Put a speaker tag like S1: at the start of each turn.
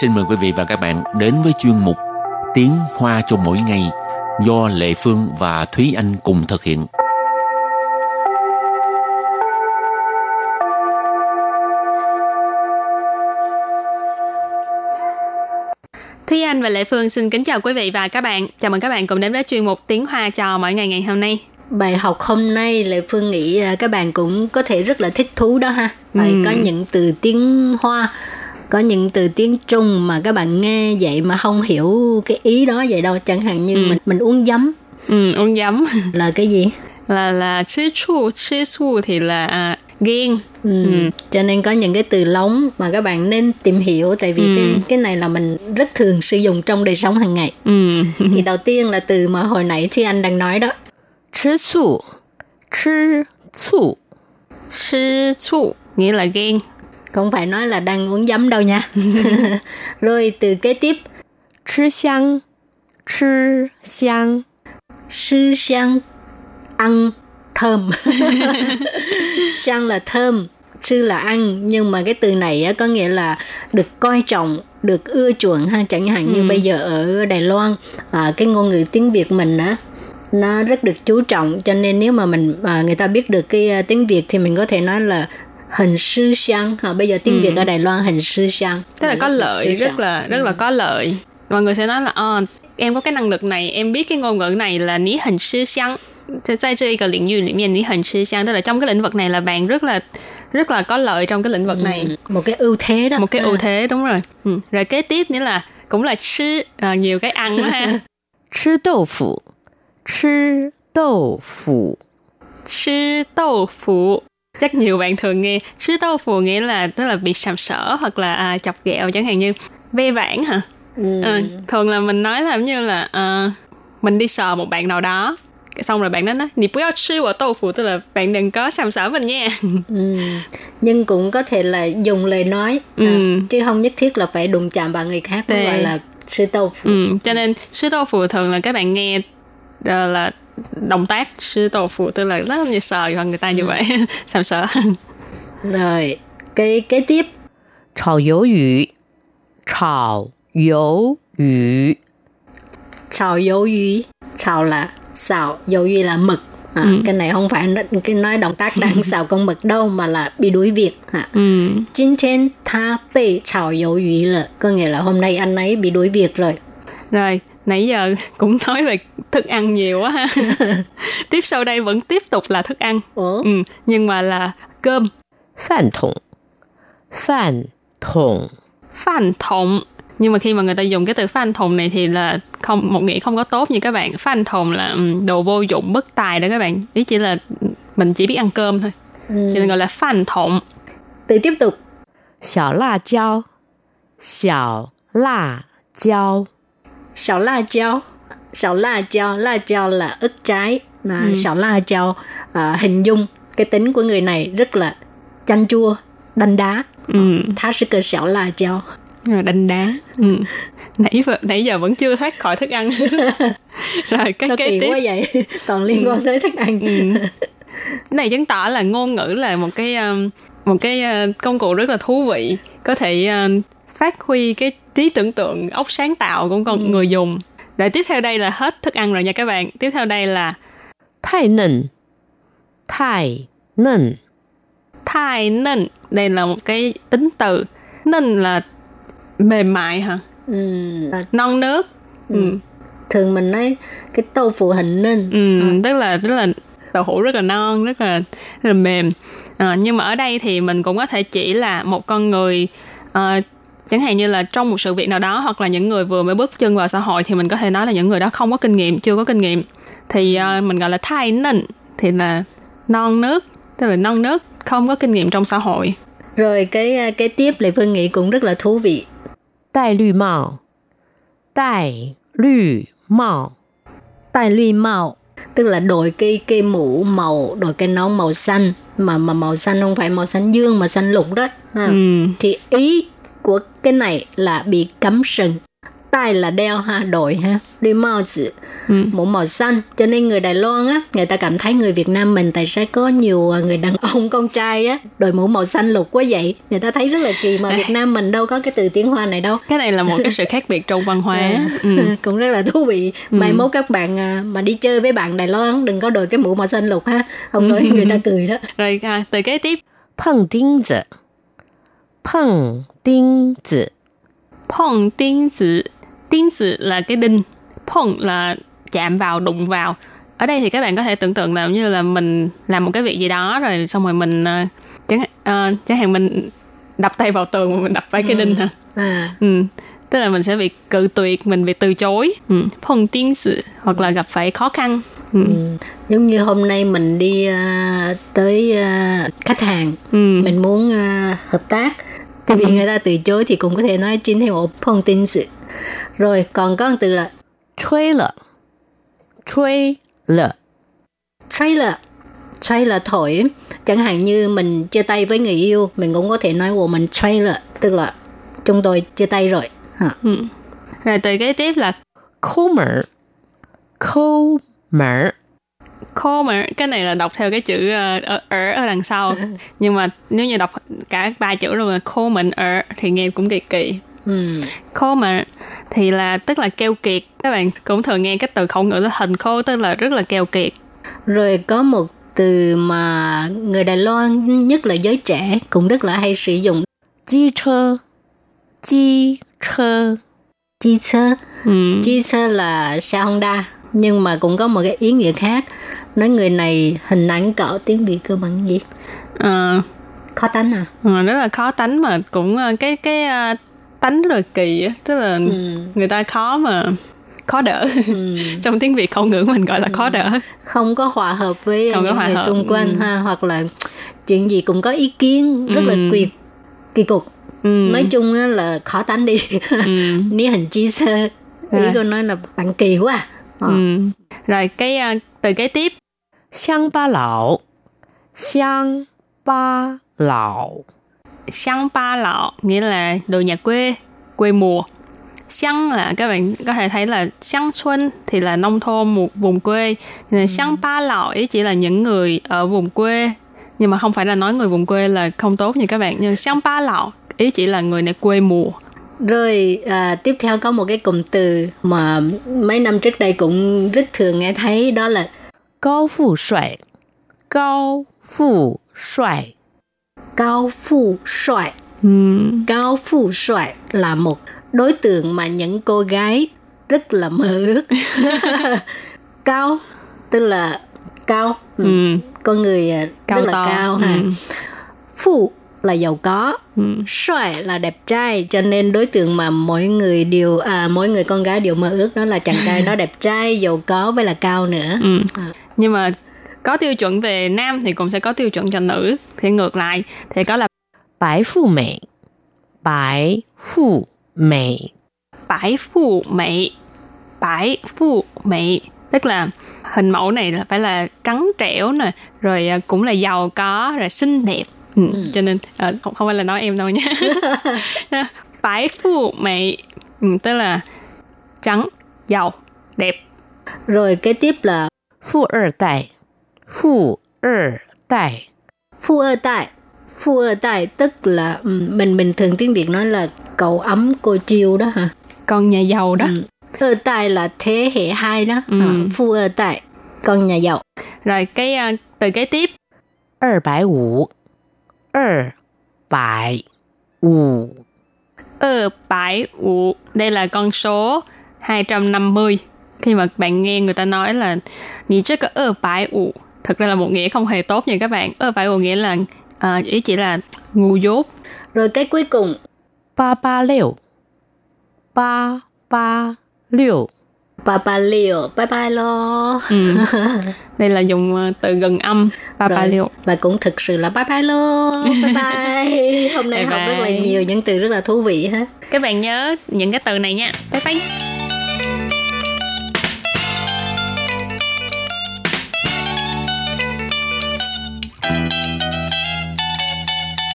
S1: xin mời quý vị và các bạn đến với chuyên mục Tiếng Hoa cho mỗi ngày do Lệ Phương và Thúy Anh cùng thực hiện.
S2: Thúy Anh và Lệ Phương xin kính chào quý vị và các bạn. Chào mừng các bạn cùng đến với chuyên mục Tiếng Hoa trò mỗi ngày ngày hôm nay.
S3: Bài học hôm nay Lệ Phương nghĩ à, các bạn cũng có thể rất là thích thú đó ha. Phải
S2: Ừ.
S3: có những từ tiếng Hoa, có những từ tiếng Trung mà các bạn nghe vậy mà không hiểu cái ý đó vậy đâu. Chẳng hạn như
S2: Ừ.
S3: mình mình uống giấm
S2: Ừ, uống giấm
S3: là cái gì?
S2: là là chứ chua, chứ chua thì là à, ghen.
S3: Ừ.
S2: Ừ.
S3: Cho nên có những cái từ lóng mà các bạn nên tìm hiểu tại vì
S2: Ừ.
S3: cái cái này là mình rất thường sử dụng trong đời sống hàng ngày.
S2: Ừ.
S3: Thì đầu tiên là từ mà hồi nãy Thúy Anh đang nói đó.
S4: 吃醋，吃醋，
S2: Chứ chua nghĩa là ghen.
S3: Không phải nói là đang uống giấm đâu nha. Rồi từ kế tiếp
S4: 吃香，吃香，
S3: sư sang ăn thơm sang là thơm sư là ăn nhưng mà cái từ này á, có nghĩa là được coi trọng được ưa chuộng ha chẳng hạn
S2: Ừ.
S3: như bây giờ ở Đài Loan à, cái ngôn ngữ tiếng Việt mình á nó rất được chú trọng cho nên nếu mà mình à, người ta biết được cái à, tiếng Việt thì mình có thể nói là hình sư sang ha bây giờ tiếng Việt ở Đài Loan hình sư sang
S2: Ừ. Tức là Ừ. có lợi, rất là rất là có lợi. Mọi người sẽ nói là ờ em có cái năng lực này, em biết cái ngôn ngữ này là ní hình sư sáng. Tại tại cái lĩnh vực này, ní hình sư sáng tức là trong cái lĩnh vực này là bạn rất là rất là có lợi trong cái lĩnh vực này.
S3: một cái ưu thế đó
S2: một cái
S3: ha.
S2: ưu thế đúng rồi ừ. rồi kế tiếp nữa là cũng là chứ à, nhiều cái ăn đó ha
S4: 吃豆腐，吃豆腐，
S2: chứ đậu phụ chắc nhiều bạn thường nghe chứ đậu phụ nghĩa là tức là bị sàm sỡ hoặc là à, chọc ghẹo chẳng hạn như vê vãn hả
S3: Ừ.
S2: Ờ, thường là mình nói là giống như là ờ, mình đi sờ một bạn nào đó Cái xong rồi bạn đó nói nì bú yao chứ của đậu phụ tức là bạn đừng có sàm sỡ mình nha
S3: Ừ. nhưng cũng có thể là dùng lời nói à,
S2: Ừ.
S3: chứ không nhất thiết là phải đụng chạm vào người khác mới
S2: Tệ.
S3: gọi là sư tâu phụ
S2: ừ, cho nên sư tô phụ thường là các bạn nghe ờ, là động tác sư tô phụ tức là rất như sờ vào người ta như vậy sàm sỡ
S3: rồi cái kế tiếp
S4: 炒鱿鱼，炒鱿鱼，
S3: xào dấu duy xào là xào dấu duy là mực à,
S2: Ừ.
S3: cái này không phải n- cái nói động tác đang xào con mực đâu mà là bị đuổi việc à.
S2: ừ.
S3: Chính thiên tha bị xào dấu duy là có nghĩa là hôm nay anh ấy bị đuổi việc rồi
S2: Rồi, nãy giờ cũng nói về thức ăn nhiều quá ha. tiếp sau đây vẫn tiếp tục là thức ăn.
S3: Ủa?
S2: Ừ, nhưng mà là cơm,
S4: 饭桶，饭桶，
S2: phan thộng. Nhưng mà khi mà người ta dùng cái từ phan thộng này thì là không một nghĩa không có tốt như các bạn. Phan thộng là ừ, đồ vô dụng bất tài đó các bạn. Ý chỉ là mình chỉ biết ăn cơm thôi.
S3: Ừ.
S2: Cho nên gọi là phan thộng.
S3: từ tiếp tục
S4: 小辣椒，小辣椒，
S3: sào la chao sào la chao la chao là ức trái là
S2: Ừ.
S3: sào la chao à, hình dung cái tính của người này rất là chanh chua đanh đá
S2: Ừ,
S3: thá sư cơ sào la chao
S2: rồi đánh đá. Ừ. Nãy vừa, nãy giờ vẫn chưa thoát khỏi thức ăn. rồi cái
S3: sao
S2: kế
S3: kỳ
S2: tiếp. Ừ.
S3: quá vậy toàn liên quan tới thức ăn
S2: Cái này chứng tỏ là ngôn ngữ là một cái um, một cái uh, công cụ rất là thú vị có thể um, phát huy cái trí tưởng tượng óc sáng tạo của
S3: Ừ.
S2: con người dùng rồi tiếp theo đây là hết thức ăn rồi nha các bạn tiếp theo đây là
S4: 太嫩，太嫩，
S2: thai nên đây là một cái tính từ nên là mềm mại hả
S3: Ừm, à,
S2: non nước ừ.
S3: thường mình nói cái tô phụ hình nên
S2: Ừ, tức là tức là đậu hũ rất là non rất là, rất là mềm à, nhưng mà ở đây thì mình cũng có thể chỉ là một con người ờ, chẳng hạn như là trong một sự việc nào đó hoặc là những người vừa mới bước chân vào xã hội thì mình có thể nói là những người đó không có kinh nghiệm chưa có kinh nghiệm thì ờ, mình gọi là thai nịnh thì là non nước tức là non nước không có kinh nghiệm trong xã hội
S3: rồi cái à, cái tiếp lệ phương nghĩ cũng rất là thú vị
S4: 戴绿帽，戴绿帽。
S3: tài lùi màu tức là đội cái cái mũ màu đội cái nón màu xanh mà mà màu xanh không phải màu xanh dương À. mà xanh lục đó ha.
S2: ừ.
S3: thì ý của cái này là bị cắm sừng tai là đeo ha đội ha đi màu chữ
S2: Ừ.
S3: mũ màu xanh cho nên người Đài Loan á người ta cảm thấy người Việt Nam mình tại sao có nhiều à, người đàn ông con trai á đội mũ màu xanh lục quá vậy người ta thấy rất là kỳ mà Việt Nam mình đâu có cái từ tiếng Hoa này đâu
S2: cái này là một cái sự khác biệt trong văn hóa ừ.
S3: cũng rất là thú vị mai mốt các bạn à, mà đi chơi với bạn Đài Loan đừng có đội cái mũ màu xanh lục ha không có người ta cười đó
S2: rồi à, từ kế tiếp
S4: 碰钉子，碰钉子，
S2: 碰钉子钉子 là cái đinh碰là chạm vào đụng vào ở đây thì các bạn có thể tưởng tượng là giống như là mình làm một cái việc gì đó rồi xong rồi mình à, chẳng à, chẳng hạn mình đập tay vào tường mà mình đập phải cái đinh hả
S3: à
S2: ừ. tức là mình sẽ bị cự tuyệt mình bị từ chối ừ. phong tiếng sự hoặc là gặp phải khó khăn ừ.
S3: giống như hôm nay mình đi à, tới à, khách hàng
S2: Ừ.
S3: mình muốn à, hợp tác thì bị người ta từ chối thì cũng có thể nói chính thêm một phong tin sự rồi còn có một từ là
S4: 吹了，吹了，
S3: trailer trailer thổi chẳng hạn như mình chia tay với người yêu mình cũng có thể nói của mình trailer tức là chúng tôi chia tay rồi Hả?
S2: Ừ. rồi từ kế tiếp là
S4: 抠门儿，抠门儿，
S2: Comer cái này là đọc theo cái chữ ờ, ở ở, ở đằng sau nhưng mà nếu như đọc cả ba chữ luôn là Comer ở thì nghe cũng kỳ kỳ
S3: ừ.
S2: Comer thì là tức là keo kiệt các bạn cũng thường nghe cái từ khẩu ngữ là hình khô tức là rất là keo kiệt
S3: rồi có một từ mà người Đài Loan nhất là giới trẻ cũng rất là hay sử dụng
S4: 机车，机车，
S3: chi sơ
S2: ừ.
S3: Chi sơ là xe Honda nhưng mà cũng có một cái ý nghĩa khác nói người này hình ảnh cỡ tiếng Việt cơ bằng gì
S2: Ờ,
S3: khó tánh à
S2: ờ, rất là khó tánh mà cũng ờ, cái cái ờ, tánh rất là kỳ á tức là
S3: Ừ.
S2: người ta khó mà khó đỡ trong tiếng việt khẩu ngữ mình gọi là khó đỡ
S3: không có hòa hợp với
S2: Không có
S3: những
S2: hòa
S3: người
S2: hợp,
S3: xung quanh
S2: ừ.
S3: ha hoặc là chuyện gì cũng có ý kiến rất là
S2: Ừ.
S3: kỳ kỳ cục
S2: ừ.
S3: nói chung á là khó tánh đi
S2: ừ.
S3: ní hình chi sơ ý
S2: Rồi.
S3: cô nói là bạn kỳ quá à. Ờ.
S2: ừ. rồi cái ờ, từ kế tiếp
S4: 乡巴佬，乡巴佬，
S2: Xăng ba lọ nghĩa là đồ nhà quê, quê mùa. Xăng là các bạn có thể thấy là xăng xuân thì là nông thôn một vùng quê. Nên là Xăng ba lọ ý chỉ là những người ở vùng quê nhưng mà không phải là nói người vùng quê là không tốt như các bạn nhưng xăng ba lọ ý chỉ là người này quê mùa.
S3: Rồi à, tiếp theo có một cái cụm từ mà mấy năm trước đây cũng rất thường nghe thấy đó là
S4: 高富帅，高富帅，
S3: cao phu xoài. Cao phu xoài là một đối tượng mà những cô gái rất là mơ ước. cao tức là cao, ừ,
S2: Ừ.
S3: con người à,
S2: Cao
S3: rất là
S2: to.
S3: cao ha.
S2: Ừ.
S3: Phu là giàu có,
S2: Ừ.
S3: xoài là đẹp trai cho nên đối tượng mà mỗi người đều à mỗi người con gái đều mơ ước đó là chàng trai nó đẹp trai, giàu có với là cao nữa.
S2: Ừ.
S3: À.
S2: Nhưng mà có tiêu chuẩn về nam thì cũng sẽ có tiêu chuẩn cho nữ thì ngược lại thì có là
S4: 白富美，白富美，
S2: bãi phụ mỹ bãi phụ mỹ tức là hình mẫu này là phải là trắng trẻo nè rồi à, cũng là giàu có rồi xinh đẹp ừ. cho nên ờ, không, không phải là nói em đâu nha bãi phụ mỹ ừ, tức là trắng giàu đẹp
S3: Rồi kế tiếp là
S4: 富二代，富二代，
S3: phu ơ tại phu ơ tại tức là ừ, mình bình thường tiếng việt nói là cậu ấm cô chiêu đó hả
S2: con nhà giàu đó
S3: Ừ. ơ tại là thế hệ hai đó
S2: Ừ.
S3: Ờ, phu ơ tại con nhà giàu
S2: rồi cái à, từ kế tiếp
S4: 二百五，二百五，
S2: ơ Ờ, bãi ủ đây là con số 250 khi mà bạn nghe người ta nói là nhị chất có ơ ờ, bãi ủ thực ra là một nghĩa không hề tốt như các bạn ơ bãi ủ nghĩa là à, ý chỉ là ngu dốt
S3: rồi cái cuối cùng
S4: 八八六，八八六，
S3: papa liều bye bye lo
S2: ừ. đây là dùng ờ, từ gần âm ba ba
S3: Rồi,
S2: liệu
S3: và cũng thực sự là bye bye lo bye bye hôm
S2: Bye
S3: nay học rất là
S2: bye.
S3: nhiều những từ rất là thú vị ha
S2: các bạn nhớ những cái từ này nha bye bye